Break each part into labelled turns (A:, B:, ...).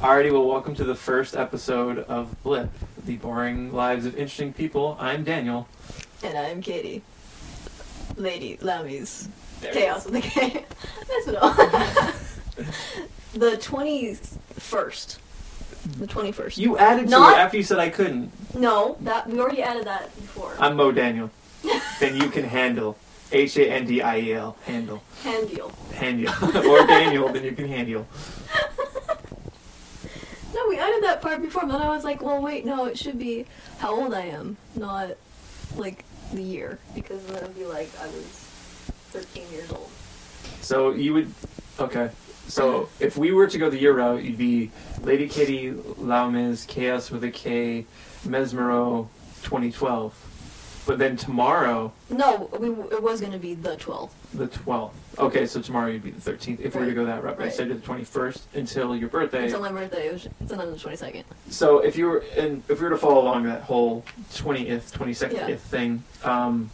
A: Alrighty, well, welcome to the first episode of Blip, the boring lives of interesting people. I'm Daniel.
B: And I'm Katie. Lady Lammy's
A: There it
B: Chaos of the Chaos. That's it all. the 21st. The 21st.
A: You added to
B: Not-
A: it after you said I couldn't.
B: No, that we already added that before.
A: I'm Mo Daniel. then you can handle. H A N D I E L. Handle.
B: Hand deal.
A: Handle. or Daniel, then you can handle.
B: No, we added that part before, but then I was like, well, wait, no, it should be how old I am, not like the year, because then it would be like I was 13 years old.
A: So you would. Okay. So if we were to go the year route, you'd be Lady Kitty, Laumiz, Chaos with a K, Mesmero, 2012. But then tomorrow,
B: No, we, it was going to be the 12th.
A: the 12th. Okay, so tomorrow you'd be the 13th if we were to
B: Right.
A: go that route. Right.
B: Right.
A: Instead of the 21st until your birthday.
B: It's on my birthday. It was, it's on the 22nd.
A: so if you were and if we were to follow along that whole 20th, 22nd
B: Yeah.
A: if thing, um,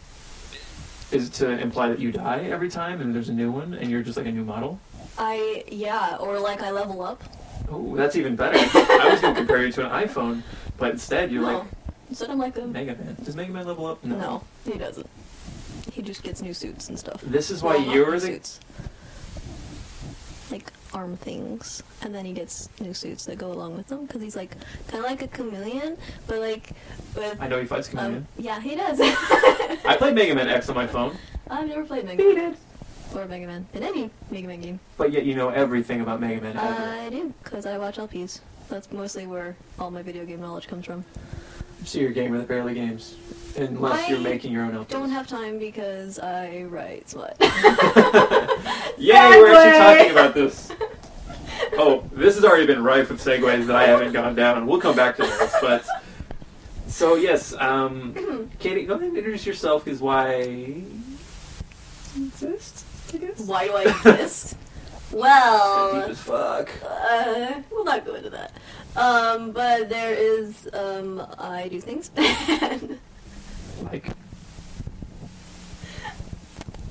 A: is it to imply that you die every time and there's a new one and you're just like a new model?
B: I, yeah, or like I level up.
A: Oh, that's even better. I was going to compare you to an iPhone, but instead you're
B: no.
A: like
B: Instead, I'm like a.
A: Mega Man. Does Mega Man level up?
B: No. he doesn't. He just gets new suits and stuff.
A: This is why
B: Well, not
A: you're
B: new
A: the
B: suits. Like arm things, and then he gets new suits that go along with them because he's like kind of like a chameleon, but like with.
A: I know he fights Chameleon.
B: Um, yeah, he does.
A: I played Mega Man X on my phone.
B: I've never played Mega Man or Mega Man in any Mega Man game.
A: But yet you know everything about Mega Man ever.
B: I do because I watch LPs. That's mostly where all my video game knowledge comes from.
A: So you're a gamer that barely games. Unless you're
B: I
A: making your own LPs.
B: Don't have time because I write smut.
A: Yay, we're actually talking about this. Oh, this has already been rife with segues that I haven't gone down. We'll come back to this, but so yes, um, Katie, go ahead and introduce yourself because why you exist? I guess.
B: Why do I exist? well,
A: Deep as fuck.
B: uh, we'll not go into that. Um, but there is, um, I do things. I'm
A: Like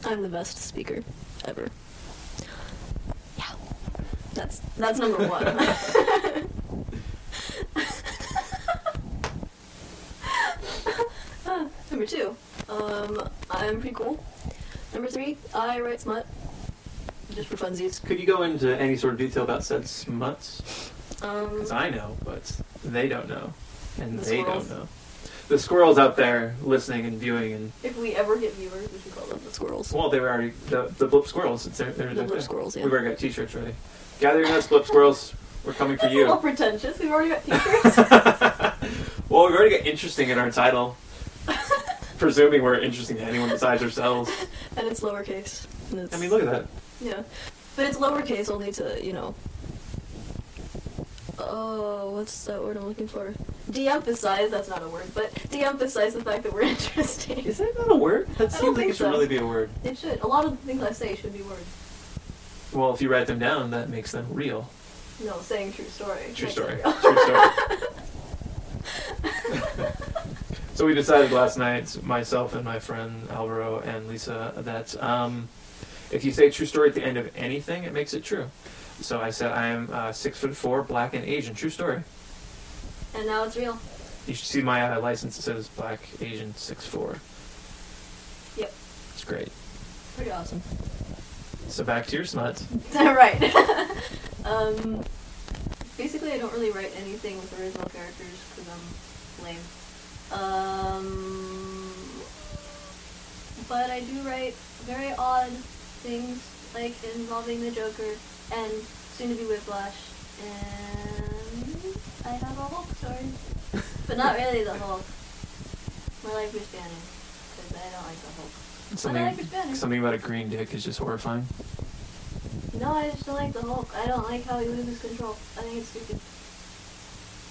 B: the best speaker ever. Yeah, that's that's number one. number two, um, I'm pretty cool. Number three, I write smut, just for funsies.
A: Could you go into any sort of detail about said smuts?
B: Um,
A: Because I know, but they don't know. And
B: The
A: they
B: squirrels.
A: don't know. The squirrels out there listening and viewing, and
B: If we ever get viewers, we should call them the squirrels.
A: well, they were already the, the blip squirrels. It's there, they're
B: The
A: right
B: blip
A: there.
B: squirrels, yeah.
A: We've already got t-shirts ready. Gather your nuts, blip squirrels. We're coming for
B: That's a little
A: you.
B: pretentious. We've already got t-shirts.
A: well, we've already got interesting in our title, presuming we're interesting to anyone besides ourselves.
B: and it's lowercase. And it's,
A: I mean, look at that.
B: Yeah. But it's lowercase only to, you know... Oh, what's that word I'm looking for? De-emphasize, that's not a word, but de-emphasize the fact that we're interesting.
A: Is that not a word? That
B: I don't
A: seems like
B: think
A: it should
B: so.
A: really be a word.
B: It should. A lot of the things I say should be words.
A: Well, if you write them down, that makes them real.
B: No, saying true story.
A: True
B: Makes it
A: story.
B: real.
A: True story. So we decided last night, myself and my friend Alvaro and Lisa, that um, if you say true story at the end of anything, it makes it true. So I said I am uh, six foot four, black and Asian. True story.
B: and now it's real.
A: You should see my uh, license. It says black Asian six four.
B: Yep.
A: It's great.
B: Pretty awesome.
A: So back to your smut.
B: right. um, basically, I don't really write anything with original characters because I'm lame. Um, but I do write very odd things, like involving the Joker and soon to be Whiplash, and I have a Hulk story, but not really the Hulk. More like Bruce Banner, because I don't like the Hulk. like
A: Something
B: it better.
A: something about a green dick is just horrifying.
B: No, I just don't like the Hulk. I don't like how he loses control. I think it's stupid.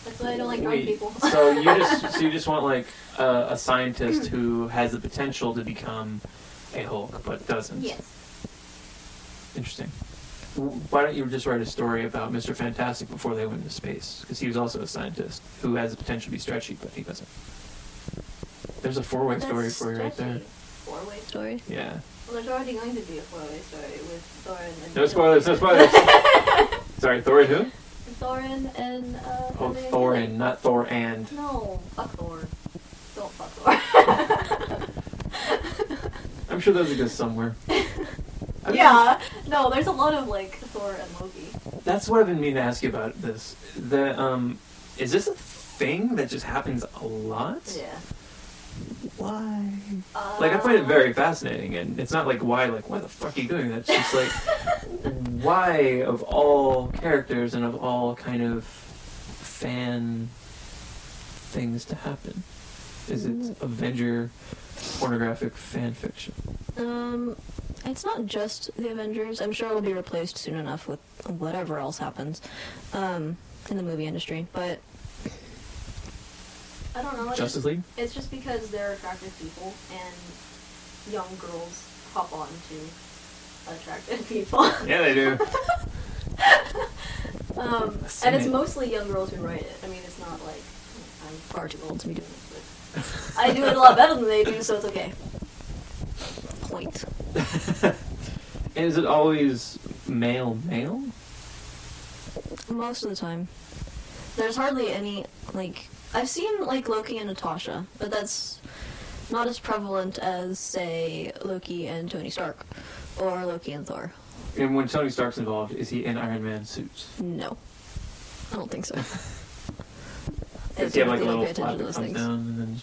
B: That's why I don't like drunk
A: Wait,
B: people.
A: so you just so you just want like uh, a, a scientist who has the potential to become a Hulk but doesn't.
B: yes.
A: Interesting. W- Why don't you just write a story about Mr. Fantastic before they went into space? Because he was also a scientist who has the potential to be stretchy, but he doesn't. There's a four-way story for you right there.
B: Four-way story.
A: Yeah.
B: Well, there's already going to be a four-way story with Thor and.
A: No spoilers. No spoilers. Sorry, Thor and who?
C: Thorin and uh.
A: Oh,
C: Hermione.
A: Thorin, not Thor and.
C: No, fuck Thor. Don't fuck Thor.
A: I'm sure those exist somewhere. I mean,
C: yeah. No, there's a lot of like Thor and Loki.
A: That's what I've been meaning to ask you about this. The um, is this a thing that just happens a lot?
C: Yeah.
A: Why?
C: Uh,
A: Like I find it very fascinating, and it's not like why, like why the fuck are you doing that? It's just like why of all characters and of all kind of fan things to happen is
C: Mm.
A: it Avenger pornographic fan fiction?
B: Um, it's not just the Avengers. I'm sure it will be replaced soon enough with whatever else happens um, in the movie industry. But
C: I don't know. It's
A: Justice League?
C: It's just because they're attractive people and young girls hop on to attractive people.
A: Yeah, they do.
C: um,
A: I've seen
C: and it's
A: it.
C: mostly young girls who write it. I mean, it's not like I'm
B: far too old to be doing
C: this, but I do it a lot better than they do, so it's okay.
B: point.
A: is it always male male?
B: Most of the time, there's hardly any like I've seen like Loki and Natasha, but that's not as prevalent as say Loki and Tony Stark or Loki and Thor.
A: And when Tony Stark's involved, is he in Iron Man suits?
B: No, I don't think so. I
A: Does he have
B: don't
A: like a
B: really
A: little
B: pay
A: flap
B: attention
A: that
B: to those
A: comes
B: things.
A: down and then?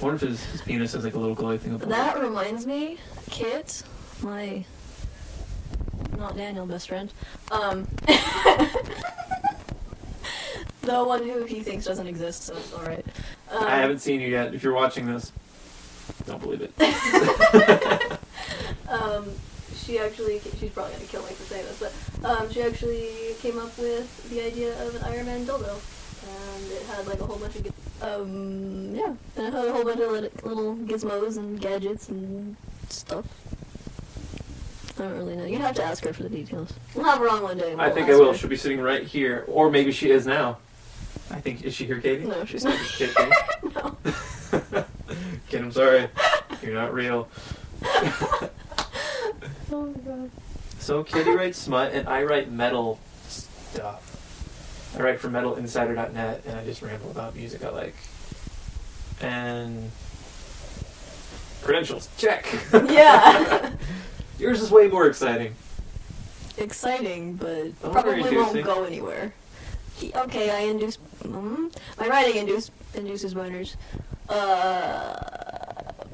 A: I wonder if his, his penis has like a little glowy thing above.
B: That reminds me, Kit, my not Daniel best friend, um, the one who he thinks doesn't exist, so it's all right. Um,
A: I haven't seen you yet. If you're watching this, don't believe it.
C: Um, she actually, she's probably gonna kill me for saying this, but um, she actually came up with the idea of an Iron Man dildo, and it had like a whole bunch of.
B: Um, yeah, and I had a whole bunch of lit- little gizmos and gadgets and stuff. I don't really know. You'd have to ask her for the details. We'll have her on one day. and
A: I
B: we'll
A: think I
B: ask
A: will.
B: her.
A: She'll be sitting right here, or maybe she is now. I think is she here, Katie?
B: No, she's not.
A: Katie? Kid, I'm sorry. You're not real.
B: Oh my god.
A: So Katie writes smut, and I write metal stuff. I write for MetalInsider.net, and I just ramble about music I like. And credentials check.
C: Yeah.
A: Yours is way more exciting.
B: Exciting, but
A: Oh,
B: probably
A: reducing.
B: won't go anywhere. He, okay, I induce. Mm, my writing induce, induces boners. Uh,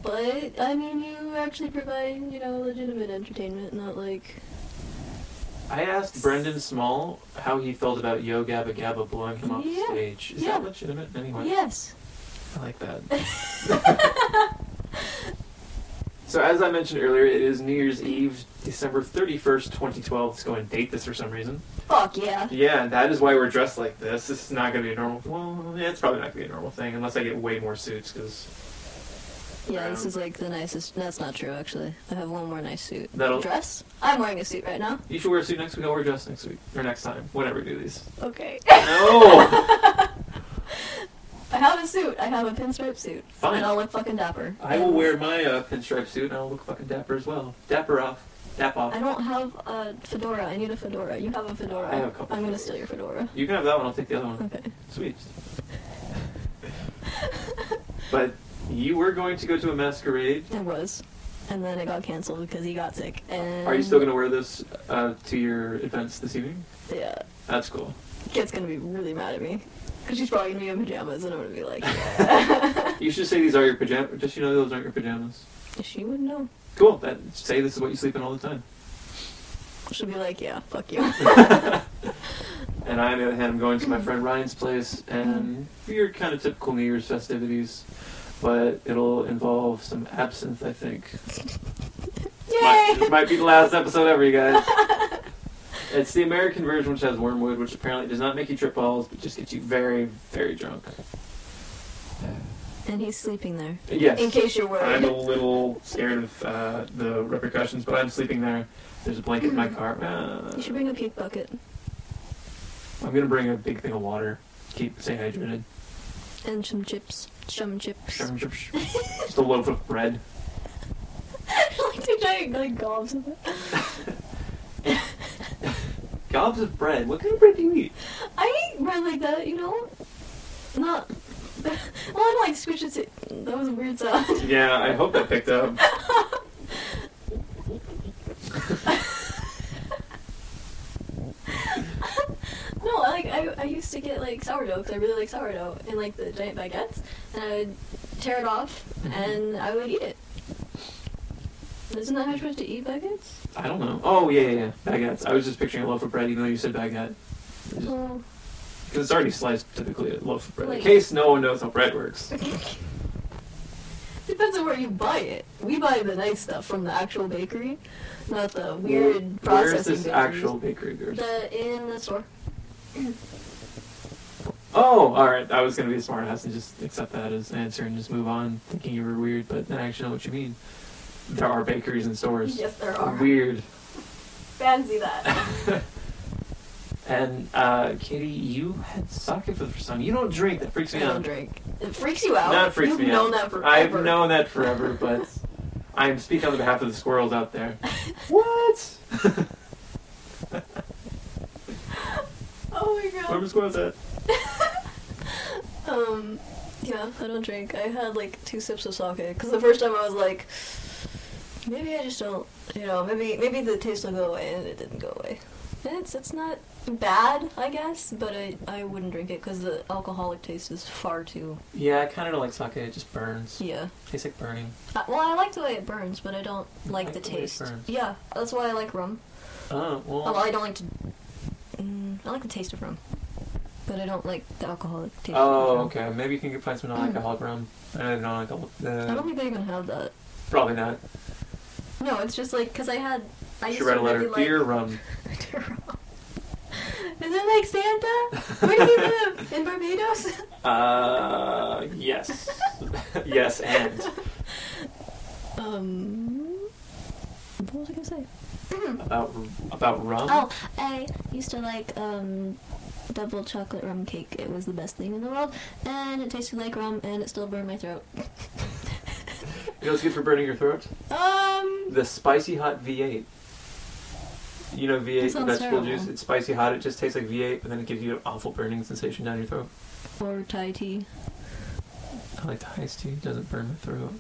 B: but I mean, you actually provide, you know, legitimate entertainment, not like.
A: I asked Brendan Small how he felt about Yo Gabba Gabba blowing him off
B: Yeah,
A: stage. Is
B: yeah.
A: that legitimate anyway?
B: Yes.
A: I like that. so as I mentioned earlier, it is New Year's Eve, December 31st, 2012. Let's go and date this for some reason.
B: Fuck yeah.
A: Yeah, that is why we're dressed like this. This is not going to be a normal. Well, yeah, it's probably not going to be a normal thing unless I get way more suits. Because
B: Yeah, this
A: Um,
B: is like the nicest. That's not true, actually. I have one more nice suit.
A: That'll-
B: Dress? I'm wearing a suit right now.
A: you should wear a suit next week. I'll wear a dress next week or next time. Whenever we do these.
B: Okay.
A: No.
B: I have a suit. I have a pinstripe suit.
A: Fine.
B: And I'll look fucking dapper.
A: I will wear my uh, pinstripe suit and I'll look fucking dapper as well. Dapper off. Dap off.
B: I don't have a fedora. I need a fedora. You have a fedora.
A: I have a couple
B: I'm gonna
A: fedoras.
B: steal your fedora.
A: You can have that one. I'll take the other one.
B: Okay.
A: Sweet. but you were going to go to a masquerade.
B: It was. And then it got canceled because he got sick. And
A: Are you still going to wear this uh, to your events this evening?
B: gonna? Yeah.
A: That's cool.
B: Kit's gonna be really mad at me. Because she's probably gonna be in pajamas and I'm gonna be like,
A: You should say these are your pajamas. Just you know those aren't your pajamas.
B: she wouldn't know.
A: Cool. That say this is what you sleep in all the time.
B: She'll be like, yeah, fuck you.
A: And I, on the other hand, am going to my friend Ryan's place and your kind of typical New Year's festivities, but it'll involve some absinthe, I think. Might, this might be the last episode ever, you guys. it's the American version, which has wormwood, which apparently does not make you trip balls, but just gets you very, very drunk.
B: And he's sleeping there.
A: Yes.
B: In case you're worried.
A: I'm a little scared of uh, the repercussions, but I'm sleeping there. There's a blanket in my car. Uh,
B: You should bring a puke bucket
A: I'm gonna bring a big thing of water. Keep stay hydrated.
B: and some chips. Some chips.
A: Just a loaf of bread.
B: like two giant like gobs of it.
A: gobs of bread. What kind of bread do you eat?
B: I eat bread like that, you know? Not. well, I don't like squish it. To... That was a weird sound.
A: Yeah, I hope that picked up.
B: no, like I, I used to get like sourdough because I really like sourdough in like the giant baguettes, and I would tear it off and I would eat it. Isn't that how you're supposed to eat baguettes?
A: I don't know. Oh yeah, yeah, yeah. Baguettes. I was just picturing a loaf of bread, even though you said baguette.
B: Well,
A: Because it's already sliced typically a loaf of bread.
B: Like-
A: In case no one knows how bread works.
B: depends on where you buy it. We buy the nice stuff from the actual bakery, not the
A: Where-
B: weird
A: Where
B: processing.
A: is this
B: bakeries.
A: actual bakery group?
B: The in the store.
A: Oh, alright. I was gonna be a smartass and just accept that as an answer and just move on, thinking you were weird, but then I actually know what you mean. There are bakeries and stores.
D: Yes, there are.
A: Weird.
D: Fancy that.
A: and uh, Katie, you had sake for the first time. You don't drink. That freaks
B: I
A: me
B: don't
A: out.
B: drink. It freaks you out.
A: That freaks
B: You've
A: me
B: known
A: out.
B: that forever.
A: I've known that forever, but I'm speaking on the behalf of the squirrels out there. what?
D: oh my god.
A: Where were squirrels at?
B: Um, yeah, I don't drink. I had like two sips of sake because the first time I was like, maybe I just don't, you know, maybe maybe the taste will go away, and it didn't go away. And it's it's not bad, I guess, but I I wouldn't drink it because the alcoholic taste is far too
A: Yeah, I kind of don't like sake. It just burns.
B: yeah.
A: Tastes like burning.
B: Uh, well, I like the way it burns, but I don't like,
A: Like
B: the
A: the way it
B: taste.
A: burns.
B: Yeah, that's why I like rum.
A: Oh well.
B: Oh, well, I don't like to. Mm, I like the taste of rum, but I don't like the alcoholic taste.
A: Oh,
B: of rum.
A: okay. Maybe you can find some non-alcoholic rum. Uh, non-alcoholic.
B: I don't
A: Uh,
B: think they even have that.
A: probably not.
B: No, it's just like because I had. I
A: she
B: used
A: read
B: to
A: a letter.
B: really like-
A: Dear rum.
B: Dear Ron. Is it like Santa? Where do you live? In Barbados?
A: Uh, yes. yes, and
B: um. What was I gonna say?
A: about about rum.
B: Oh, I used to like um double chocolate rum cake. It was the best thing in the world, and it tasted like rum, and it still burned my throat.
A: You know what's good for burning your throat?
B: um.
A: The spicy hot V8. You know V8
B: That sounds
A: vegetable
B: terrible.
A: juice. It's spicy hot. It just tastes like V8, but then it gives you an awful burning sensation down your throat.
B: Or Thai tea.
A: I like the iced tea. It doesn't burn my throat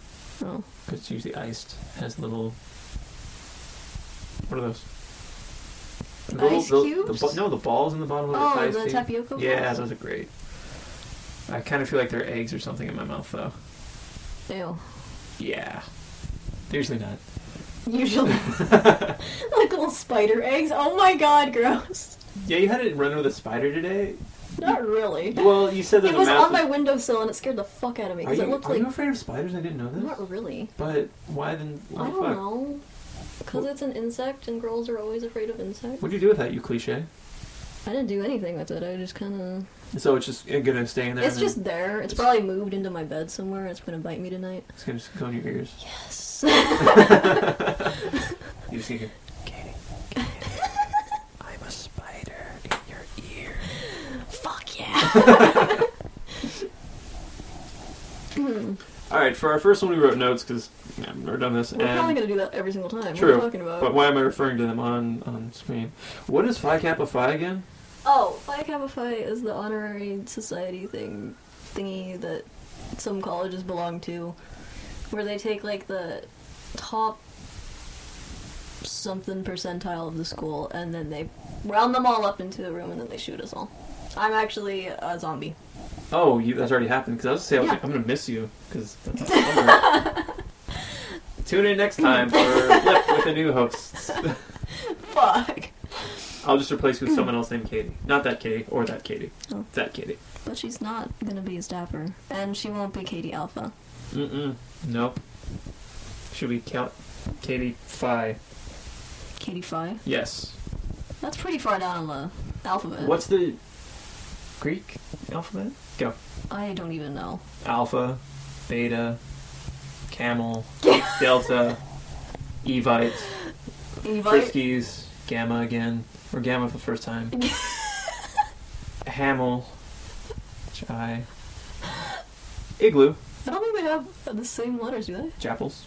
B: Oh.
A: because it's usually iced. Has little. What are those? The
B: Ice cubes?
A: The, ba- no, the balls in the bottom of
B: Oh,
A: iced
B: the
A: tea.
B: tapioca.
A: Yeah,
B: balls?
A: those are great. I kind of feel like they're eggs or something in my mouth though.
B: Ew.
A: Yeah. They're usually not.
B: Usually. like little spider eggs. Oh my god, gross.
A: Yeah, you had it run with a spider today.
B: Not really.
A: Well, you said there's
B: It was
A: a mouse.
B: on my windowsill and it scared the fuck out of me
A: are
B: because
A: you,
B: it looked
A: are
B: like.
A: you afraid of spiders? I didn't know this.
B: Not really.
A: But why then? Why
B: I
A: the
B: don't
A: fuck?
B: know. Because it's an insect and girls are always afraid of insects.
A: What'd you do with that? You cliche.
B: I didn't do anything with it. I just kind of.
A: So it's just uh, gonna stay in there.
B: It's
A: and then
B: just there. It's probably moved into my bed somewhere. and It's gonna bite me tonight.
A: It's gonna just go in your ears.
B: Yes.
A: You just hear. Katie, I'm a spider in your ear.
B: Fuck yeah. Hmm.
A: All right, for our first one, we wrote notes because yeah, we've never done this.
B: We're
A: and
B: probably gonna do that every single time. What are
A: True.
B: you talking about?
A: But why am I referring to them on on screen? What is Phi Kappa Phi again?
D: Oh,
B: Phi Kappa Phi is the honorary society thing thingy that some colleges belong to, where they take like the top something percentile of the school and then they round them all up into a room and then they shoot us all. I'm actually a zombie.
A: Oh, you, that's already happened. Because I was gonna say, I was
B: Yeah.
A: like, I'm gonna miss you. Because that's summer. Tune in next time for Flip with a new host.
B: Fuck.
A: I'll just replace you with someone else named Katie. Not that Katie or that Katie.
B: Oh.
A: That Katie.
B: But she's not gonna be a staffer, and she won't be Katie Alpha.
A: Mm-mm. Nope. Should we count Katie Phi?
B: Katie Phi.
A: Yes.
B: That's pretty far down on the alphabet.
A: What's the Greek alphabet? Go.
B: I don't even know.
A: Alpha, Beta, Camel, Delta, Evite,
B: Evite.
A: Friskies, Gamma again, or Gamma for the first time. Hamel, Chi, Igloo,
B: I don't think they have the same letters, do they?
A: Japples.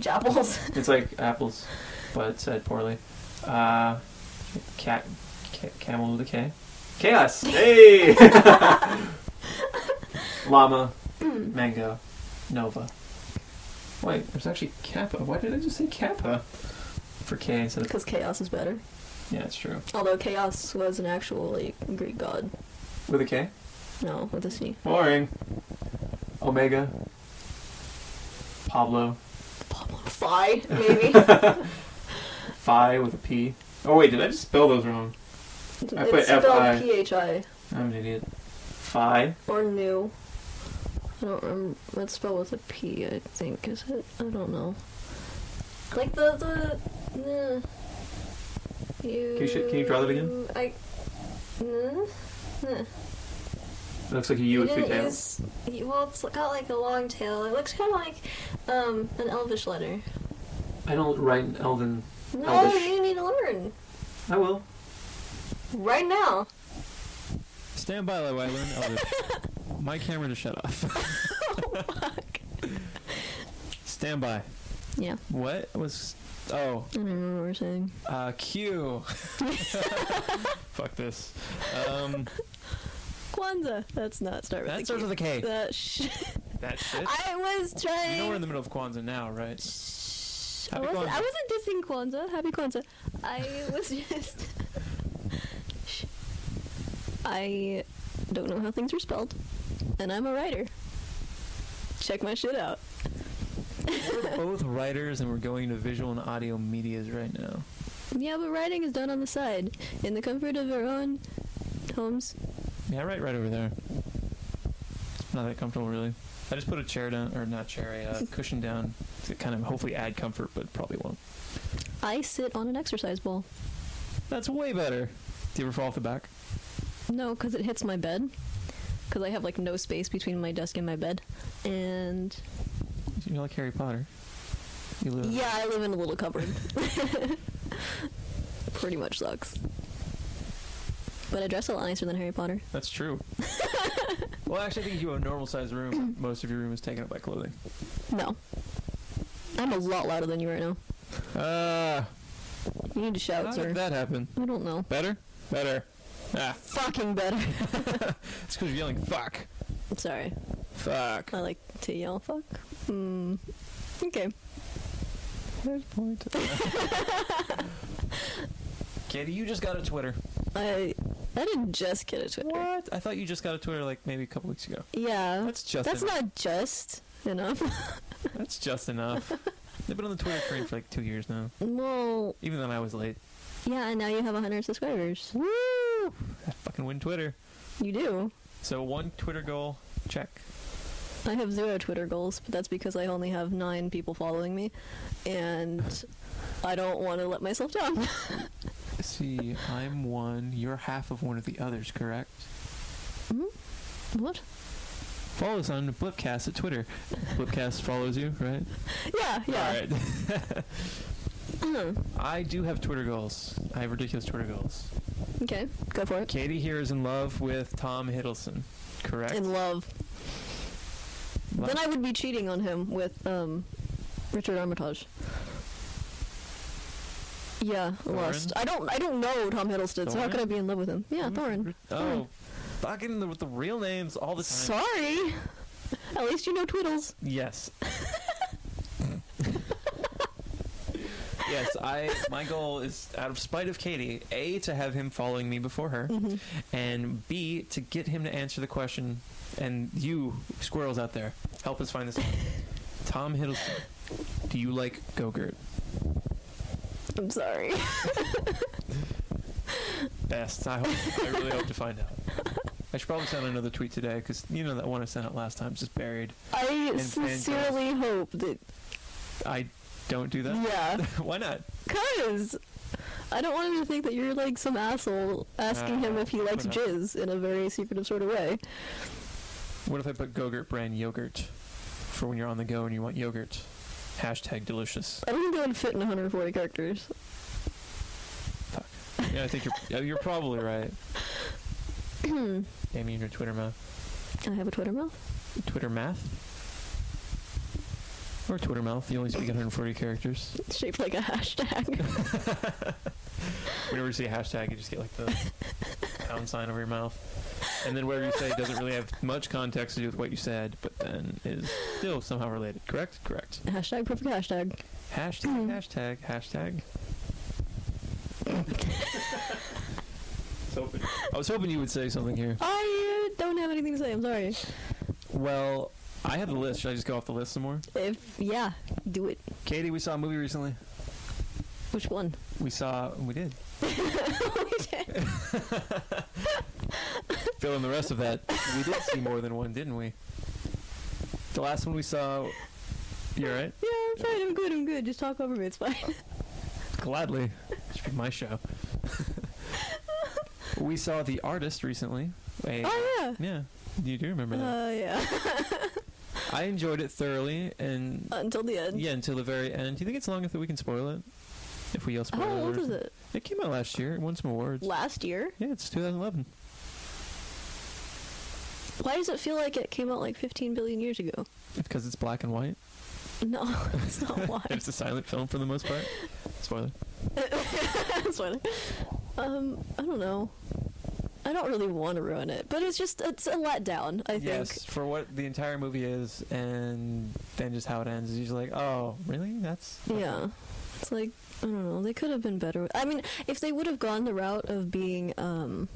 B: Japples.
A: It's like apples, but said poorly. Uh, cat,
E: Ca- camel with a K. Chaos. Hey. Llama.
B: Hmm.
E: Mango. Nova. Wait, there's actually Kappa. Why did I just say Kappa? For K instead of
B: Because chaos is better.
E: yeah, it's true.
B: Although chaos was an actual like, Greek god.
E: With a K.
B: No, with a C.
E: Boring. Omega. Pablo.
B: Phi, maybe.
E: Phi with a P. Oh wait, did I just spell those wrong? I put
B: it's spelled
E: Fi.
B: P H I
E: I'm an idiot. Phi.
B: or new. I don't remember. That's spelled with a P, I think. Is it? I don't know. Like the the. Nah. You.
E: you sh- can you draw that again?
B: I. Nah. Nah.
E: It looks like a U
B: You
E: with two
B: didn't
E: tails.
B: use- you- well, it's got like a long tail. It looks kind of like um, an elvish letter.
E: I don't write in Elden.
B: No,
E: Elvish.
B: you need to learn
E: I will.
B: right now.
A: Stand by while I learn Elvish. My camera to shut off.
B: Oh,
A: Stand by.
B: Yeah,
A: What was? Oh,
B: I don't remember what we're saying.
A: uh, Q. Fuck this. Um,
B: Kwanzaa. That's not start with
A: that
B: a
A: starts with a K.
B: That sh-
A: That shit.
B: I was
A: You
B: trying.
A: know we're in the middle of Kwanzaa now, right?
B: Shh. I
A: Happy
B: wasn't, I
A: Kwanzaa.
B: wasn't dissing Kwanzaa. Happy Kwanzaa. I was just. Shh. I don't know how things are spelled, and I'm a writer. Check my shit out.
A: We're both writers, and we're going to visual and audio medias right now.
B: Yeah, but writing is done on the side, in the comfort of our own homes.
A: Yeah, right, right over there. Not that comfortable, really. I just put a chair down, or not chair, a uh, cushion down to kind of hopefully add comfort, but probably won't.
B: I sit on an exercise ball.
A: That's way better. Do you ever fall off the back?
B: No, because it hits my bed. Because I have like no space between my desk and my bed. And
A: You're like Harry Potter. You live.
B: yeah, I live in a little cupboard. Pretty much sucks. But I dress a lot nicer than Harry Potter.
A: That's true. well, actually, I think if you have a normal sized room, most of your room is taken up by clothing.
B: No. I'm a lot louder than you right now. Uh,
A: Ah,
B: You need to
A: how
B: shout, sir.
A: did that happen?
B: I don't know.
A: Better? Better. Ah,
B: Fucking better.
A: it's because you're yelling, fuck,
B: Sorry.
A: fuck.
B: I like to yell fuck. Mm. Okay.
A: There's a point. Katie, you just got a Twitter.
B: I I didn't just get a Twitter.
A: What? I thought you just got a Twitter like maybe a couple weeks ago.
B: Yeah.
A: That's just
B: That's
A: enough.
B: not just enough.
A: That's just enough. They've been on the Twitter train for like two years now.
B: well,
A: Even then, I was late.
B: yeah, and now you have 100 subscribers.
A: Woo! I fucking win Twitter.
B: You do.
A: So one Twitter goal, check.
B: I have zero Twitter goals, but that's because I only have nine people following me, and I don't want to let myself down.
A: See, I'm one. You're half of one of the others, correct?
B: Mm-hmm. what?
A: Follow us on Blipcast at Twitter. Blipcast follows you, right?
B: Yeah, yeah. Mm-hmm.
A: All right. I do have Twitter goals. I have ridiculous Twitter goals.
B: Okay, go for it.
A: Katie here is in love with Tom Hiddleston, correct?
B: In love.
A: Love-
B: Then I would be cheating on him with um, Richard Armitage. Yeah, lust.
A: Thorin?
B: I don't. I don't know Tom Hiddleston, so how
A: Thorin?
B: could I be in love with him? Yeah, Thorin.
A: Oh, fucking the, with the real names all the time.
B: Sorry. At least you know Tweedles.
A: Yes. yes, I my goal is out of spite of Katie, A to have him following me before her and B to get him to answer the question and you squirrels out there, help us find this out. Tom Hiddleston. Do you like Go-Gurt?
B: I'm sorry.
A: Best. I hope I really hope to find out. I should probably send another tweet today because you know that one I sent out last time is just buried.
B: I
A: fans
B: sincerely hope that.
A: I don't do that.
B: Yeah.
A: Why not?
B: Cause I don't want him to think that you're like some asshole asking him
A: Uh,
B: if he likes
A: fair
B: jizz in a very secretive sort of way.
A: What if I put Go-Gurt brand yogurt for when you're on the go and you want yogurt? Hashtag delicious.
B: I don't think that would fit in 140 characters.
A: Yeah, I think you're yeah, you're probably right. Name me in your Twitter math.
B: I have a Twitter mouth.
A: Twitter math. or Twitter mouth. You only speak 140 characters.
B: It's shaped like a hashtag.
A: Whenever you say hashtag, you just get like the pound sign over your mouth. And then whatever you say doesn't really have much context to do with what you said, but then is still somehow related. Correct? Correct.
B: hashtag perfect hashtag.
A: Hashtag, hashtag, hashtag.
E: So,
A: I was hoping you would say something here.
B: I uh, don't have anything to say. I'm sorry.
A: Well, I have the list. Should I just go off the list some more?
B: If yeah, do it.
A: Katie, we saw a movie recently.
B: Which one?
A: We saw, we did. Fill in the rest of that. We did see more than one, didn't we? The last one we saw. You're right.
B: Yeah, I'm fine. I'm good. I'm good. Just talk over me. It's fine.
A: Gladly. Should be my show. we saw The Artist recently. A-
B: Oh yeah.
A: yeah. You do remember that.
B: Uh, yeah.
A: I enjoyed it thoroughly, and
B: Uh, Until the end.
A: yeah, until the very end. Do you think it's long enough that we can spoil it? If we yell spoilers.
B: How old is it?
A: It came out last year. It won some awards.
B: Last year?
A: yeah, it's 2011.
B: Why does it feel like it came out like 15 billion years ago?
A: Because it's black and white.
B: No, that's not why.
A: It's a silent film for the most part. Spoiler.
B: That's funny. Um, I don't know. I don't really want to ruin it, but it's just it's a letdown. I think.
A: Yes, for what the entire movie is, and then just how it ends. You're just like, oh, really? That's
B: Yeah. It's like I don't know. They could have been better. with- I mean, if they would have gone the route of being um,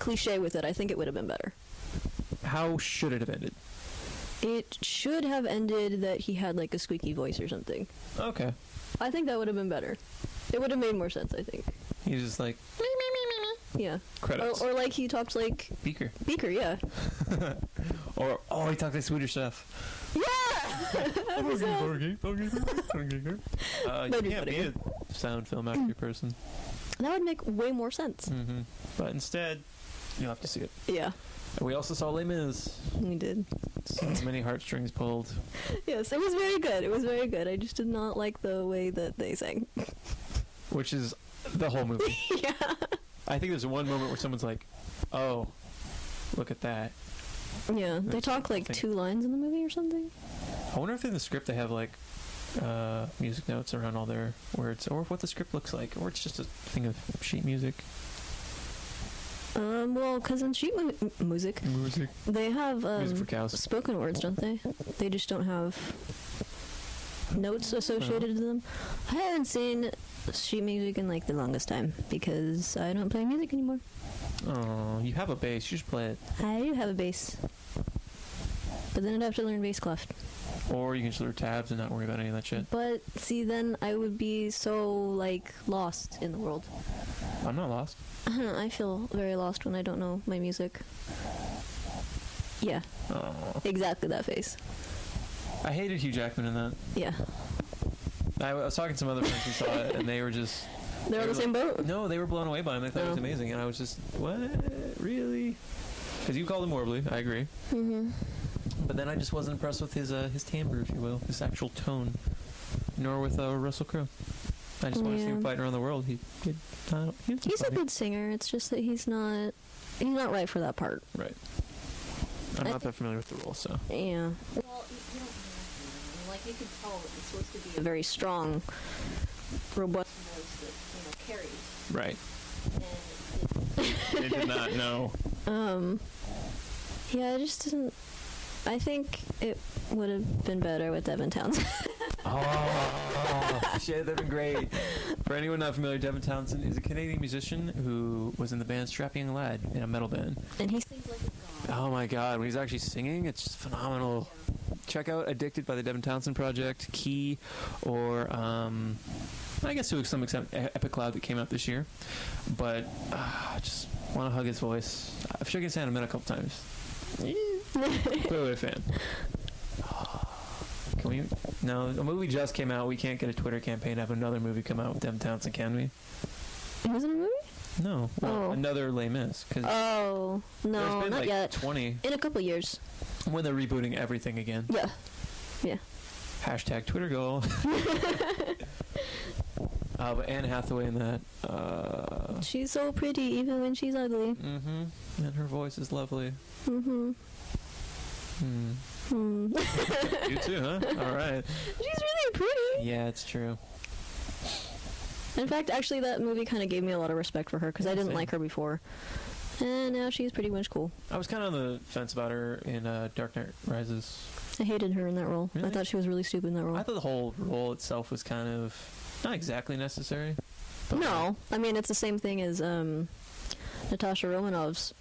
B: cliche with it, I think it would have been better.
A: how should it have ended?
B: It should have ended that he had like a squeaky voice or something.
A: Okay,
B: I think that would have been better. It would have made more sense. I think.
A: he's just like
B: Yeah. Or,
A: credits
B: Oh, or like he talked like
A: Beaker,
B: Beaker. Yeah.
A: or oh, he talked like Swedish stuff.
B: Yeah. So-
A: Uh, you
B: Maybe
A: can't be
B: funny.
A: a sound film actor person.
B: that would make way more sense.
A: hmm But instead, you'll have to see it.
B: Yeah.
A: And we also saw Les Mis.
B: We did.
A: So many heartstrings pulled.
B: Yes, it was very good. It was very good. I just did not like the way that they sang.
A: which is the whole movie.
B: yeah.
A: I think there's one moment where someone's like, "Oh, look at that."
B: Yeah. They
A: That's
B: talk like
A: something.
B: two lines in the movie or something.
A: I wonder if in the script they have like uh, music notes around all their words, or what the script looks like, or it's just a thing of sheet music.
B: Um, well, because in sheet mu- m- music,
A: Music,
B: they have
A: music for
B: um,
A: cows.
B: spoken words, don't they? They just don't have notes associated to them. I haven't seen sheet music in like the longest time because I don't play music anymore.
A: Oh, you have a bass. You should play it,
B: I do have a bass, but then I'd have to learn bass clef.
A: or you can just learn tabs and not worry about any of that shit.
B: But see, then I would be so like lost in the world.
A: I'm not lost.
B: I don't know, I feel very lost when I don't know my music. Yeah,
A: Oh,
B: exactly that face.
A: I hated Hugh Jackman in that.
B: Yeah,
A: I was talking to some other friends who saw it, and they were just
B: they're on the same boat.
A: No, they were blown away by him. They thought it was
B: Oh.
A: amazing, and I was just, what? Really? Because you called him warbly, I agree.
B: Mm-hmm.
A: But then I just wasn't impressed with his uh, his timbre, if you will, his actual tone, nor with uh, Russell Crowe. I just want to see him
B: Yeah.
A: fighting around the world. He, he, I don't- he was
B: He's a
A: funny.
B: good singer. It's just that he's not. He's not right for that part.
A: I'm
B: I
A: not that familiar with the role, so
B: Yeah,
C: Well, you, you don't know. Like, you could tell it's supposed to be
B: a
C: a very
B: very strong, robust.
C: voice that, you know, carries.
A: right.
C: And it,
A: they did not know.
B: Um, yeah, I just didn't. I think it would have been better with Devin Townsend.
A: Oh, shit, that'd been great. For anyone not familiar, Devin Townsend is a Canadian musician who was in the band Strap Young Lad in a metal band.
B: and he
C: it seems like a god.
A: Oh my god, when he's actually singing, it's just phenomenal. Check out Addicted by the Devin Townsend Project, Key, or um, I guess to some extent E- Epic Cloud that came out this year. But ah, I just want to hug his voice. I've shook his hand a minute a couple times. Clearly a fan. Can we? No, a movie just came out. We can't get a Twitter campaign to have another movie come out with Devin Townsend, can we?
B: he was in a movie.
A: No. Well,
B: Oh.
A: Another Les Mis. Because
B: Oh no,
A: there's been
B: not
A: like
B: yet.
A: 20
B: In a couple years.
A: when they're rebooting everything again.
B: Yeah.
A: Hashtag Twitter goal. uh, but Anne Hathaway in that. Uh,
B: She's so pretty
A: Mm-hmm.
B: even when she's ugly.
A: hmm And her voice is lovely.
B: Mm-hmm.
A: Hmm.
B: Hmm.
A: You too, huh? All right.
B: She's really pretty.
A: Yeah, it's true.
B: In fact, actually, that movie kind of gave me a lot of respect for her because I
A: Yeah,
B: didn't
A: same.
B: like her before, and now she's pretty much cool.
A: I was kind of on the fence about her in uh, Dark Knight Rises.
B: I hated her in that role.
A: Really?
B: I thought she was really stupid in that role.
A: I thought the whole role itself was kind of not exactly necessary. but-
B: No, I mean it's the same thing as um, Natasha Romanoff's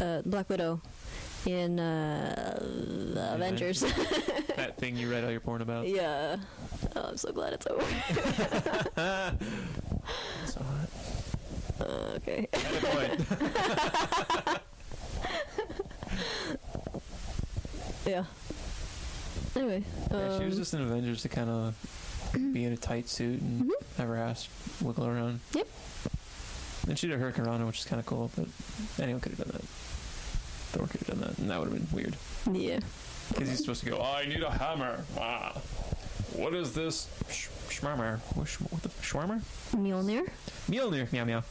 B: uh, Black Widow in uh, the Avengers.
A: That thing you read all your porn about.
B: yeah. Oh, I'm so glad it's over.
A: It's all right.
B: Uh, okay.
A: Good point.
B: Yeah. Anyway.
A: Yeah, she was
B: um,
A: just in Avengers to kind of be in a tight suit and have her ass wiggle around.
B: Mm-hmm. Yep.
A: And she did Hurricane Rana, which is kind of cool, but anyone could have done that. Thor could have done that, and that would have been weird.
B: Yeah.
A: Because he's supposed to go, I need a hammer. Ah. What is this? Sh- shmarmer. What, sh- what the? Shwarmer?
B: Mjolnir?
A: Mjolnir. Meow meow.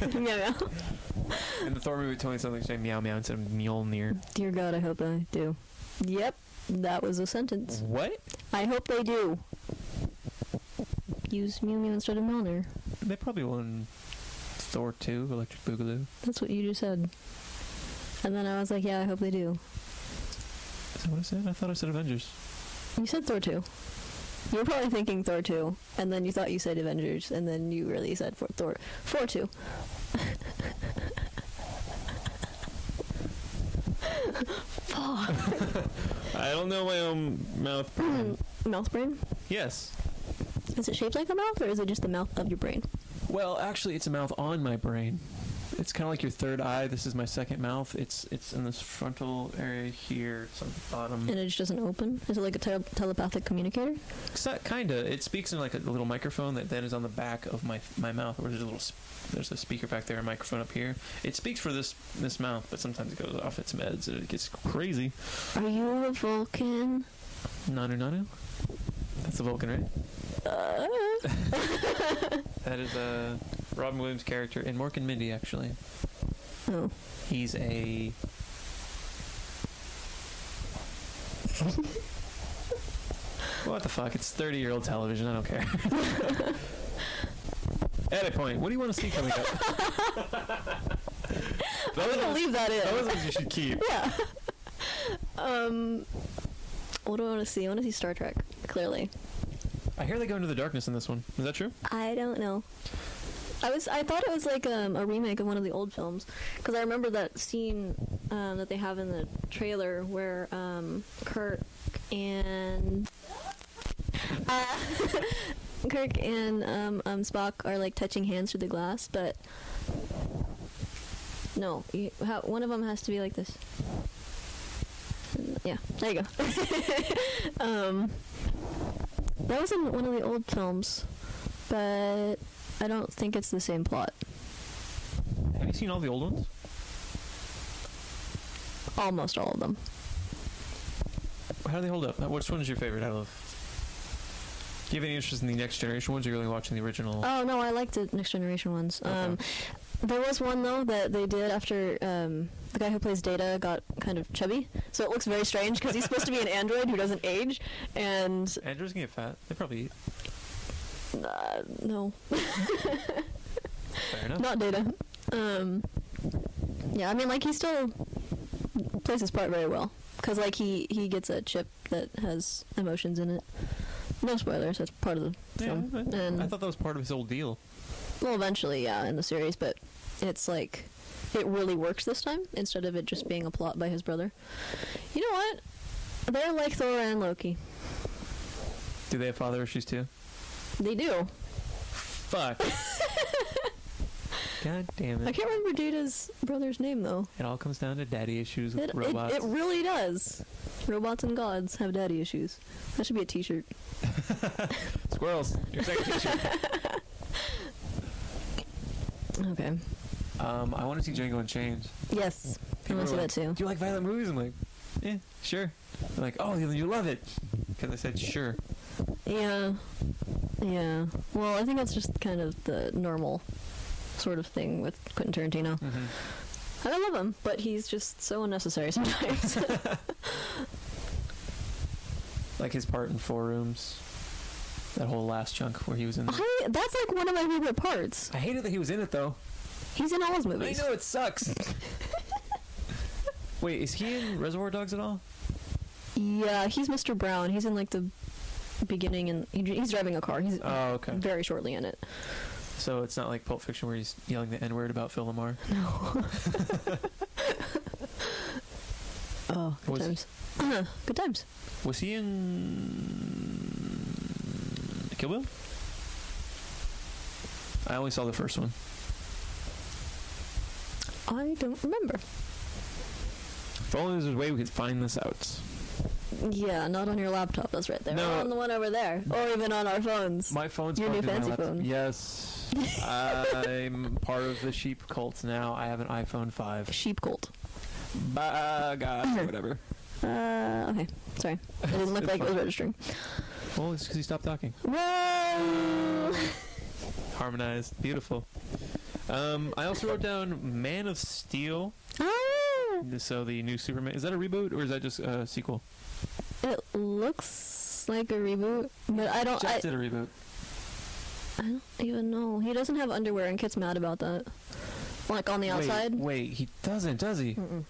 B: yeah, yeah.
A: In the Thor movie, Tony something said meow meow instead of Mjolnir.
B: Dear God, I hope I do. Yep. That was a sentence.
A: What?
B: I hope they do. Use Mew Mew instead of Mjolnir.
A: They probably won Thor 2, Electric Boogaloo.
B: That's what you just said. And then I was like, yeah, I hope they do.
A: Is that what I said? I thought I said Avengers.
B: You said Thor 2. You were probably thinking Thor 2, and then you thought you said Avengers, and then you really said for Thor 4 2.
A: I don't know my own mouth.
B: Mouth brain?
A: yes.
B: Is it shaped like a mouth, or is it just the mouth of your brain?
A: Well, actually, it's a mouth on my brain. It's kind of like your third eye. This is my second mouth. It's it's in this frontal area here. It's on the bottom.
B: And it just doesn't open? Is it like a tel- telepathic communicator?
A: So, kinda. It speaks in like a little microphone that then is on the back of my my mouth. Or there's a little s- there's a speaker back there, a microphone up here. It speaks for this this mouth, but sometimes it goes off its meds and it gets crazy.
B: Are you a Vulcan?
A: Nanu Nanu. That's a Vulcan, right?
B: Uh,
A: That is uh, Robin Williams' character in Mork and Mindy. Actually,
B: oh.
A: he's a. what the fuck? It's thirty-year-old television. I don't care. At a point, what do you want to see coming up?
B: I'm
A: those,
B: gonna
A: are,
B: leave that in.
A: those ones you should keep.
B: yeah. um, what do I want to see? I want to see Star Trek, clearly.
A: I hear they go into the darkness in this one. Is that true?
B: I don't know. I was I thought it was like um, a remake of one of the old films because I remember that scene um, that they have in the trailer where um, Kirk and uh, Kirk and um, um, Spock are like touching hands through the glass, but no, you, how, one of them has to be like this. Yeah, there you go. um, that was in one of the old films but I don't think it's the same plot.
A: Have you seen all the old ones?
B: Almost all of them.
A: How do they hold up? Uh, Which one is your favorite out of? Do you have any interest in the next generation ones? Or you're only watching the original.
B: Oh no, I like the Next Generation ones. Um, there was one though that they did after um, the guy who plays Data got kind of chubby, so it looks very strange because he's supposed to be an android who doesn't age, and
A: Andrew's gonna get fat. They probably eat.
B: uh, no,
A: Fair enough.
B: not Data. Um, yeah, I mean like he still plays his part very well because like he he gets a chip that has emotions in it. No spoilers. That's part of the
A: Yeah,
B: film.
A: I,
B: and
A: I thought that was part of his whole deal.
B: Well, eventually, yeah, in the series, but it's like it really works this time instead of it just being a plot by his brother. You know what? They're like Thor and Loki.
A: Do they have father issues too?
B: They do.
A: Fuck. God damn
B: I
A: it!
B: can't remember Data's brother's name though.
A: It all comes down to daddy issues with
B: It, it,
A: robots.
B: it really does. Robots and gods have daddy issues. That should be a T-shirt.
A: Squirrels. Your second teacher.
B: Okay.
A: um, I want to see Django Unchained.
B: Yes, I
A: People
B: want to
A: are
B: see that
A: like,
B: too.
A: Do you like violent movies? I'm like, yeah, sure. They're like, oh, you you love it. Because I said sure.
B: Yeah. Yeah. Well, I think that's just kind of the normal sort of thing with Quentin Tarantino.
A: Mm-hmm.
B: I love him, but he's just so unnecessary sometimes.
A: like his part in Four Rooms. That whole last chunk where he was in. There.
B: I, that's like one of my favorite parts.
A: I hated that he was in it though.
B: He's in all his
A: I
B: movies.
A: know it sucks. Wait, is he in Reservoir Dogs at all?
B: Yeah, he's Mr. Brown. He's in like the beginning, and he, he's driving a car. He's
A: Oh, okay.
B: very shortly in it.
A: So it's not like Pulp Fiction where he's yelling the N word about Phil Lamar.
B: No. oh, good
A: Was-
B: times. good times.
A: Was he in Kill Bill? I only saw the first one.
B: I don't remember.
A: If only there's a way we could find this out.
B: Yeah, not on your laptop. That's right there.
A: No.
B: Or on the one over there, or even on our phones.
A: My phone's
B: Your new
A: plugged in my
B: fancy
A: laptop.
B: phone.
A: Yes, I'm part of the sheep cult now. I have an iPhone five.
B: Sheep cult.
A: By God, whatever.
B: Uh, okay. Sorry, it didn't look
A: It's
B: like it was
A: fine.
B: registering.
A: Well, it's because he stopped talking.
B: Well,
A: Harmonized, beautiful. Um, I also wrote down Man of Steel.
B: ah,
A: So the new Superman is that a reboot or is that just a sequel?
B: it looks like a reboot, but I don't.
A: Just
B: Oh, I,
A: did a reboot.
B: I don't even know. He doesn't have underwear, and Kit's mad about that. Like on the outside. Hmm.
A: Wait, wait, he doesn't, does he?
B: Mm-mm.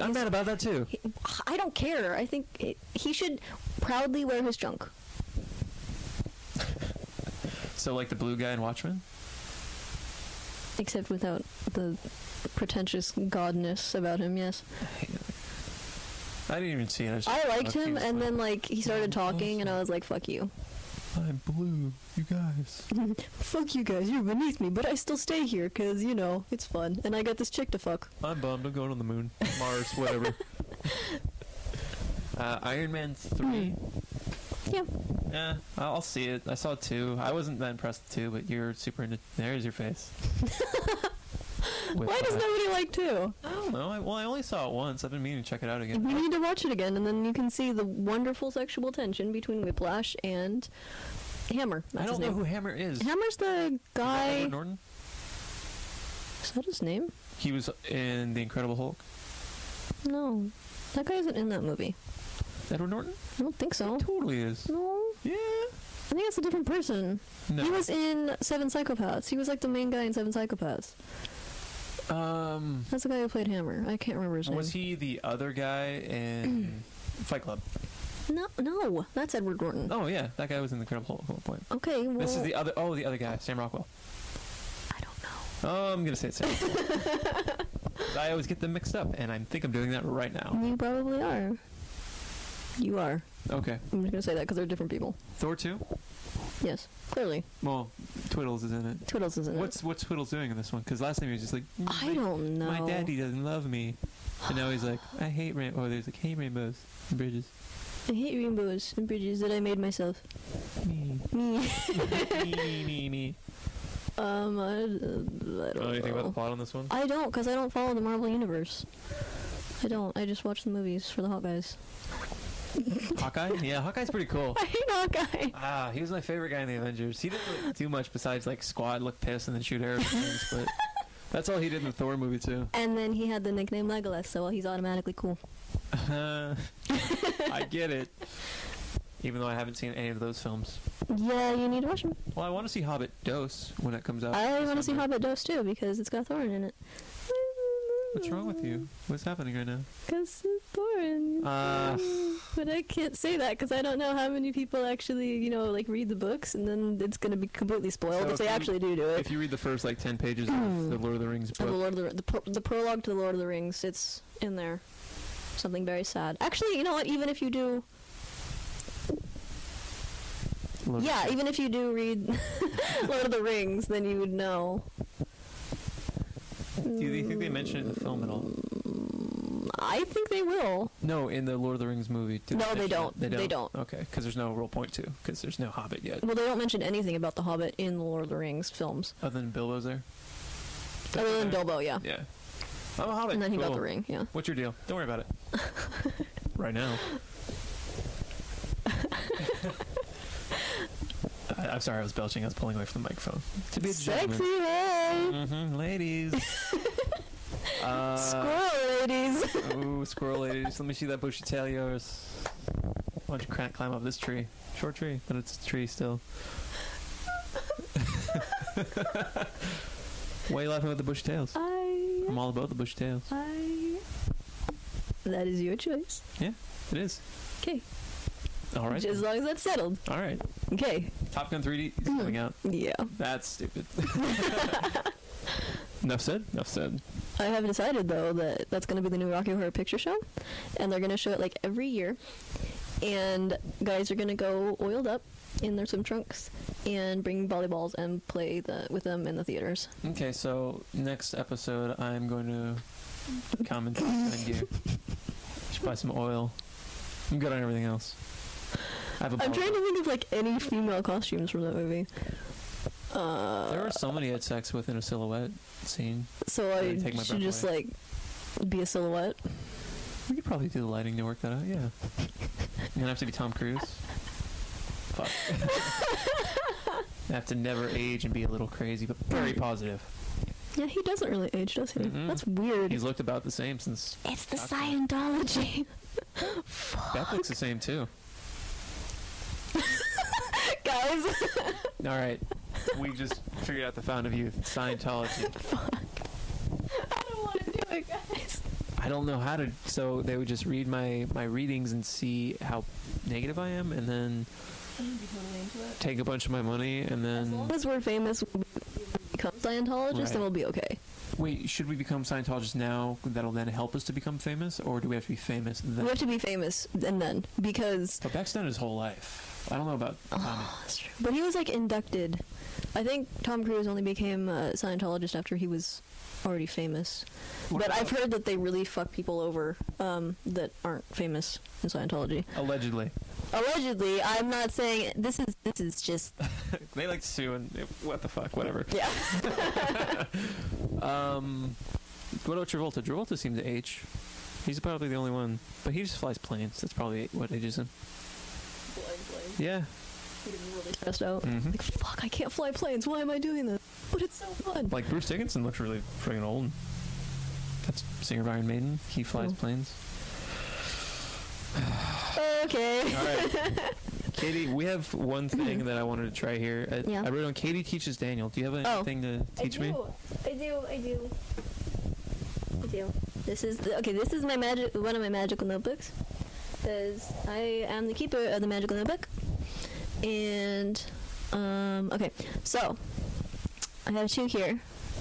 A: I'm mad about that too.
B: He- I don't care. I think it, he should proudly wear his junk.
A: So like the blue guy in Watchmen.
B: Except without the pretentious godness about him, yes.
A: I didn't even see it. I, just
B: I liked
A: thought he
B: him,
A: was
B: and
A: like,
B: then, like, he started talking, and I was like, fuck you.
A: I'm blue, you guys.
B: Fuck you guys, you're beneath me, but I still stay here, because, you know, it's fun. And I got this chick to fuck.
A: I'm bummed. I'm going on the moon, Mars, whatever. uh, Iron Man
B: Hmm.
A: three.
B: Yeah.
A: Yeah, I'll see it. I saw two. I wasn't that impressed with two, but you're super into. There's your face. With
B: Why does
A: five.
B: nobody like two?
A: I don't know. I, well, I only saw it once. I've been meaning to check it out again.
B: We need to watch it again, and then you can see the wonderful sexual tension between Whiplash and Hammer. That's
A: I don't
B: his
A: know
B: name.
A: who Hammer is. Is that
B: Hammer's the guy.
A: Edward Norton.
B: Is that his name?
A: He was in the Incredible Hulk.
B: No. That guy isn't in that movie.
A: Edward Norton
B: I don't think so.
A: totally is.
B: No.
A: Yeah.
B: I think it's a different person.
A: No.
B: He was in Seven Psychopaths. He was like the main guy in Seven Psychopaths.
A: um.
B: That's the guy who played Hammer. I can't remember his name.
A: Oh, Was he the other guy in Fight Club?
B: No, no. That's Edward Norton.
A: Oh yeah, that guy was in the Incredible Hulk at one point.
B: Okay, well,
A: This is the other. Oh, the other guy, Sam Rockwell.
B: I don't know.
A: Oh, I'm gonna say it. Sam Rockwell. I always get them mixed up, and I think I'm doing that right now.
B: You probably are. You are.
A: Okay,
B: I'm just gonna say that because they're different people.
A: Thor two.
B: Yes, clearly.
A: Well, Twiddles is in it.
B: Twiddles isn't
A: What's what's Twiddles doing in this one? Because last time he was just like, "Mm,
B: it. Uh. I don't know.
A: my daddy doesn't love me, and now he's like, I hate rainbows. Oh, there's like, hate rainbows and bridges.
B: I hate rainbows and bridges that I made myself.
A: Me,
B: Me.
A: me, me, me, me.
B: um, I, I don't
A: Know
B: know.
A: anything about the plot on this one?
B: I don't, because I don't follow the Marvel Universe. I don't. I just watch the movies for the hot guys.
A: Hawkeye? Yeah, Hawkeye's pretty cool.
B: I hate Hawkeye.
A: Ah, he was my favorite guy in the Avengers. He didn't really do much besides like squad, look pissed, and then shoot arrows. and things, but that's all he did in the Thor movie too.
B: And then he had the nickname Legolas, so he's automatically cool.
A: Uh, I get it. Even though I haven't seen any of those films.
B: Yeah, you need to watch him.
A: Well, I want to see Hobbit Dose when it comes out.
B: I
A: in
B: want to see
A: December.
B: Hobbit Dose too because it's got Thorin in it.
A: What's wrong with you? What's happening right now?
B: Because it's Thorin.
A: Ah.
B: but I can't say that because I don't know how many people actually, you know, like read the books, and then it's going to be completely spoiled
A: So
B: if
A: if
B: they
A: you-
B: actually do do it.
A: If you read the first like ten pages of the Lord of the Rings
B: Of the
A: book,
B: Lord of the, the, pro- the prologue to the Lord of the Rings, it's in there. Something very sad. Actually, you know what? Even if you do,
A: Lord-
B: yeah, even if you do read Lord of the Rings, then you would know.
A: do you think they mention it in the film at all?
B: I think they will.
A: No, in the Lord of the Rings movie. do
B: No, they
A: mention it?
B: don't.
A: They don't.
B: They don't.
A: Okay, because there's no real point to because there's no Hobbit yet.
B: Well, they don't mention anything about the Hobbit in the Lord of the Rings films,
A: Other than Bilbo's there.
B: other than Bilbo, yeah.
A: Yeah. I'm a hobbit.
B: And then he got
A: Cool.
B: the ring, yeah.
A: What's your deal? Don't worry about it. right now. I, I'm sorry, I was belching. I was pulling away from the microphone. To be a
B: Sexy hey,
A: Mm-hmm, ladies. uh,
B: squirrel ladies.
A: Ooh, squirrel ladies. Let me see that bushy tail of yours. Why don't you cra- climb up this tree? Short tree, but it's a tree still. Why are you laughing about the bushy tails?
B: I.
A: I'm all about the bushy tails.
B: I. That is your choice.
A: It is.
B: Okay.
A: All right.
B: As long as that's settled.
A: All right.
B: Okay.
A: Top Gun 3D
B: Hmm.
A: is coming out.
B: Yeah.
A: That's stupid. enough said. Enough said.
B: I have decided though that that's going to be the new Rocky Horror Picture Show, and they're going to show it like every year. And guys are going to go oiled up in their swim trunks and bring volleyballs and play the with them in the theaters.
A: Okay, so next episode, I'm going to comment on Top Gun gear. Should buy some oil. I'm good on everything else. I have a
B: I'm
A: ball.
B: trying to think of like any female costumes from that movie. Uh,
A: There were so many had sex within a silhouette scene.
B: so I
A: Really take my
B: should
A: breath
B: just like be a silhouette.
A: We could probably do the lighting to work that out. Yeah, I'm gonna have to be Tom Cruise. Fuck. I have to never age and be a little crazy, but very positive.
B: Yeah, he doesn't really age, does he?
A: Mm-mm.
B: That's weird.
A: He's looked about the same since.
B: it's the
A: Okay.
B: Scientology.
A: Beth looks the same too.
B: Guys,
A: All right, we just figured out the fountain of youth, Scientology.
C: I don't want to do it, guys.
A: I don't know how to. So they would just read my my readings and see how negative I am, and then
C: I would be totally into it.
A: take a bunch of my money, and then
B: as we're famous, we become Scientologists,
A: Right.
B: and we'll be okay.
A: wait. Should we become Scientologists now? That'll then help us to become famous, or do we have to be famous then?
B: We have to be famous and then because oh,
A: But Beck's done his whole life. I don't know about Tommy.
B: but he was like inducted. I think Tom Cruise only became a Scientologist after he was already famous.
A: What
B: but
A: about-
B: I've heard that they really fuck people over um, that aren't famous in Scientology.
A: Oh. allegedly
B: Allegedly, I'm not saying this is this is just
A: they like to sue and what the fuck, whatever.
B: yeah.
A: Um, what about Travolta? Travolta seems to age. He's probably the only one, but he just flies planes. That's probably what ages him. Yeah.
B: really stressed out.
A: Mm-hmm.
B: Like fuck, I can't fly planes. Why am I doing this? But it's so fun.
A: Like Bruce Dickinson looks really friggin' old. That's singer of Iron Maiden. He flies
B: Oh.
A: planes.
B: Okay.
A: All right, Katie, we have one thing that I wanted to try here. I,
B: Yeah.
A: I wrote on Katie teaches Daniel. Do you have
B: Oh.
A: anything to teach
C: I do.
A: me?
C: I do. I do. I do.
B: This is the, okay. This is my magic. One of my magical notebooks, because I am the keeper of the magical notebook. And um, okay, so I have two here.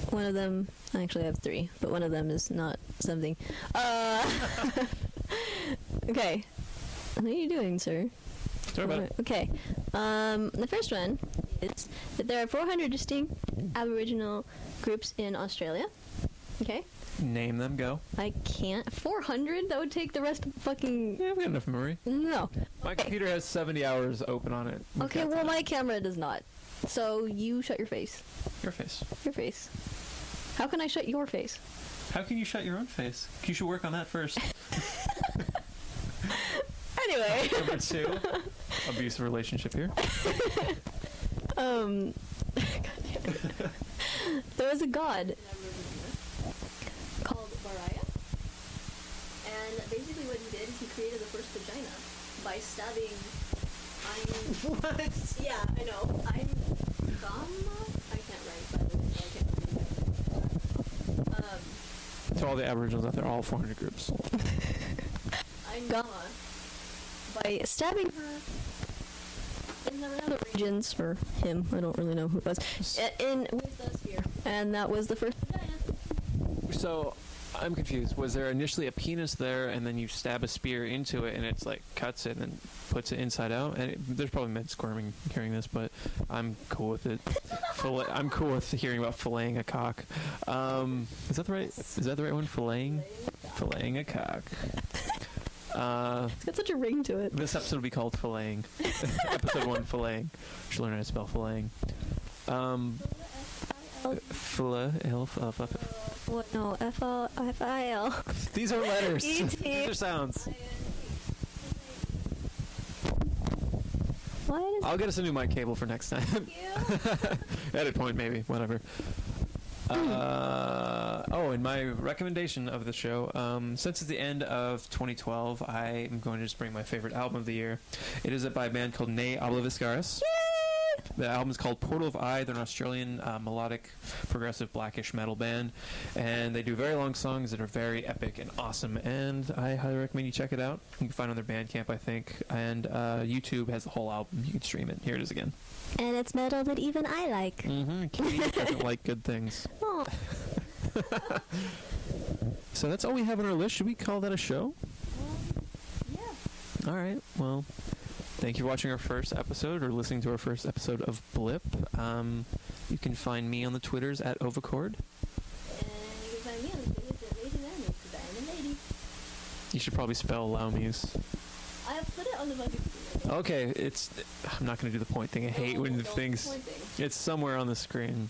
B: One of them, I actually have three, but one of them is not something. Uh, okay, what are you doing, sir?
A: Sorry about it.
B: Okay. Um, the first one is that there are 400 distinct Aboriginal groups in Australia. Okay.
A: Name them. Go.
B: I can't. 400? That would take the rest of the fucking.
A: Yeah, we got enough memory.
B: No.
A: My
B: Okay.
A: computer has 70 hours open on it. We've
B: Okay,
A: got
B: well,
A: time.
B: my camera does not. So you shut your face.
A: Your face.
B: Your face. How can I shut your face?
A: How can you shut your own face? You should work on that first.
B: Anyway,
A: Number two, abusive relationship here.
B: um. there was a god
C: Called Baraya. And basically, what he did, he created the first vagina by stabbing. I'm.
A: What?
C: Yeah, I know. I'm. Gama? I can't write, by the way. so I can't read that. Um,
A: To all the Aboriginals out there, all 400 groups.
C: I'm
B: Gama.
C: Gama.
B: Um, by stabbing her in the other regions, or him, I don't really know who it was, i- in,
C: With the spear.
B: and that was the first
C: Vagina.
A: So, I'm confused. Was there initially a penis there, and then you stab a spear into it, and it's like cuts it and then puts it inside out? And it, there's probably men squirming hearing this, but I'm cool with it. Fil- I'm cool with hearing about filleting a cock. Um, is that the right? Is that the right one? Filleting, filleting a cock. Uh,
B: It's got such a ring to it.
A: This episode will be called Filleting. episode one, Filleting. Should learn how to spell Filleting. Um, fla, elf, elf, elf.
B: What? No, F L F I L.
A: These are letters.
B: E T.
A: These are sounds.
B: Why does
A: I'll get us a new mic cable for next time.
C: Thank you.
A: Edit point, maybe. Whatever.
F: Uh, oh, and my recommendation of the show, um, since it's the end of 2012, I am going to just bring my favorite album of the year. It is by a band called Ne Obeliviscaris. The album is called Portal of Eye. They're an Australian uh, melodic, progressive, blackish metal band, and they do very long songs that are very epic and awesome. And I highly recommend you check it out. You can find it on their Bandcamp, I think, and uh, YouTube has the whole album. You can stream it. Here it is again.
G: And it's metal that even I like.
F: Mm-hmm. Katie doesn't like good things.
G: Aw.
F: So that's all we have on our list. Should we call that a show?
C: Um, yeah.
F: All right. Well, thank you for watching our first episode or listening to our first episode of Blip. Um, you can find me on the Twitters at Ovicord.
C: And you can find me on the videos at Lady Lemon because I am a lady.
F: You should probably spell Laumuse.
C: I have put it on the buggy.
F: Okay, it's. I'm not going to do the point thing. Oh, I hate when the things. It's somewhere on the screen.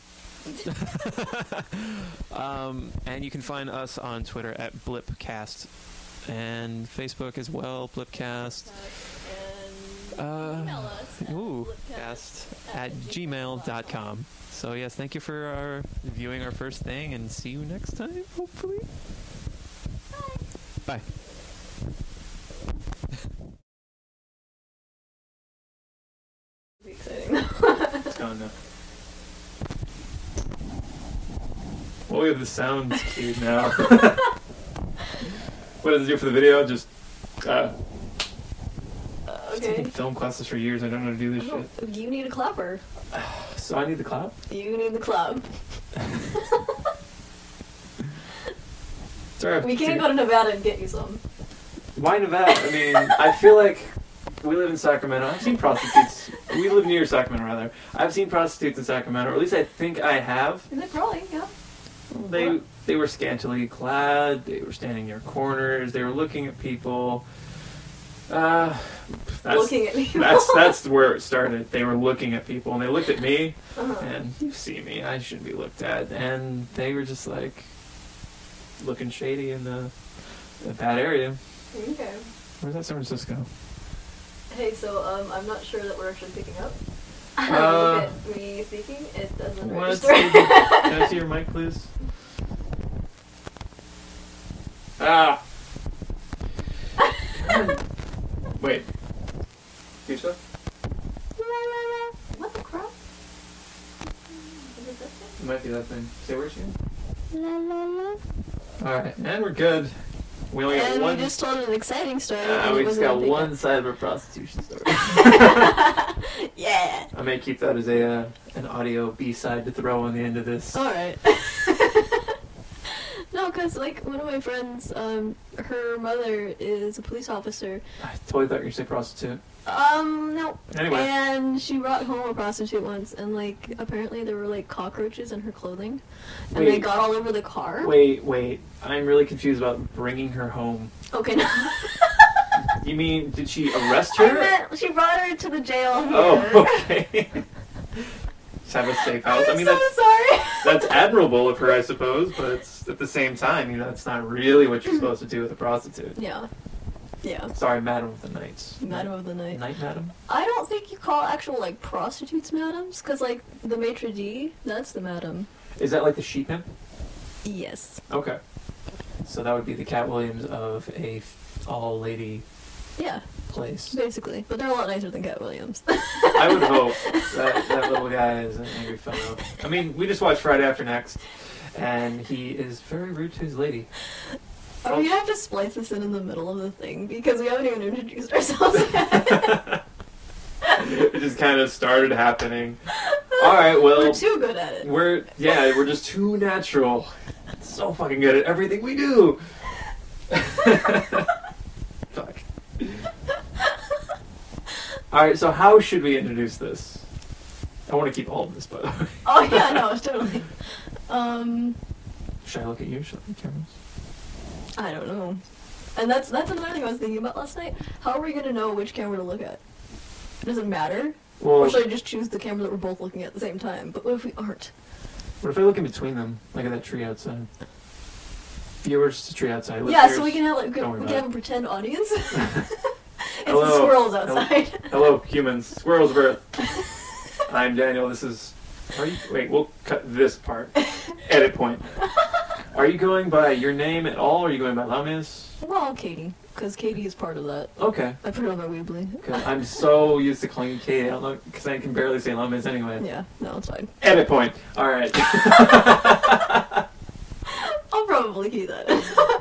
F: um, and you can find us on Twitter at Blipcast and Facebook as well, Blipcast.
C: And
F: Uh,
C: email us. at
F: Ooh,
C: blipcast
F: cast at gmail.com. So, yes, thank you for our, viewing our first thing and see you next time, hopefully.
C: Bye.
F: Bye.
A: It's gone now. Well, we have the sound cued now. what does it do for the video? Just uh, I've
B: Okay. Oh.
A: taken film classes for years. I don't know how to do this shit.
B: You need a clapper.
A: So I need the clap.
B: You need the club.
A: Sorry.
B: We can't go to Nevada and get you some.
A: Why Nevada? I mean, I feel like we live in Sacramento. I've seen prostitutes. We live near Sacramento, rather. I've seen prostitutes in Sacramento, or at least I think I have.
B: Is it probably? Yeah.
A: They they were scantily clad. They were standing near corners. They were looking at people. Uh, that's,
B: Looking at me.
A: that's that's where it started. They were looking at people, and they looked at me,
B: Uh-huh.
A: and you see me. I shouldn't be looked at. And they were just like looking shady in the, the bad area.
B: Okay.
A: Where's that San Francisco?
B: Hey, so um, I'm not sure that we're actually picking up.
A: Uh,
B: Look at me speaking, it doesn't
A: What's
B: register.
A: Can I see your mic, please? Ah. Wait. Pizza?
B: what the crap?
C: Is it this one?
A: It might be that thing. Say where's you?
G: La la la.
A: Alright, and we're good. We only got
B: and
A: Oh, one.
B: we just told an exciting story.
A: Ah,
B: and it
A: we just
B: wasn't
A: got
B: a big
A: one side of a prostitution story.
B: one. Yeah.
A: I may keep that as a uh, an audio B side to throw on the end of this.
B: All right. no, cause like one of my friends, um, her mother is a police officer.
A: I totally thought you were gonna say prostitute.
B: Um, no.
A: Anyway.
B: And she brought home a prostitute once, and like apparently there were like cockroaches in her clothing, and they
A: Wait.
B: got all over the car.
A: Wait, wait. I'm really confused about bringing her home.
B: Okay. No.
A: You mean, did she arrest
B: I
A: her?
B: meant she brought her to the jail here.
A: Oh, okay. Just have a safe house. I mean,
B: I'm
A: that's
B: so sorry.
A: that's admirable of her, I suppose, but it's- at the same time, you know, that's not really what you're supposed to do with a prostitute.
B: yeah. Yeah.
A: Sorry, madam of the knights.
B: Madam of the night.
A: Night, madam.
B: I don't think you call actual like prostitutes madams, because like the maitre d, that's the madam.
A: Is that like the sheep imp?
B: Yes.
A: Okay. So that would be the Cat Williams of a f- all lady
B: Yeah,
A: place.
B: basically. But they're a lot nicer than Cat Williams.
A: I would hope that that little guy is an angry fellow. I mean, we just watched Friday After Next, and he is very rude to his lady.
B: Are we gonna have to splice this in in the middle of the thing because we haven't even introduced ourselves.
A: It just kind of started happening. All right, well.
B: We're too good at it.
A: We're yeah, we're just too natural. So fucking good at everything we do. Fuck. All right, so how should we introduce this? I want to keep all of this, by the way.
B: Oh yeah, no, totally. Um,
A: Should I look at you? Should I look at cameras?
B: I don't know. And that's that's another thing I was thinking about last night. How are we gonna know which camera to look at? Does it matter?
A: Well,
B: Or should I just choose the camera that we're both looking at at the same time? But what if we aren't?
A: what if I look in between them, like at that tree outside? Viewers to tree outside.
B: yeah, so
A: listeners-
B: we can have like we
A: Don't
B: can,
A: worry
B: we
A: about
B: can have a pretend audience. it's the
A: Hello.
B: squirrels
A: Hello.
B: outside.
A: Hello, humans, squirrels of Earth. I'm Daniel. This is Are you? Wait, we'll cut this part. Edit point. Are you going by your name at all? are you going by Lamis?
B: Well, Katie, because Katie is part of that.
A: Okay.
B: I put it on my Weebly.
A: 'Cause I'm so used to calling Katie out because I can barely say Lamis anyway.
B: Yeah, no, it's fine.
A: Edit point. All right.
B: I'll probably keep that.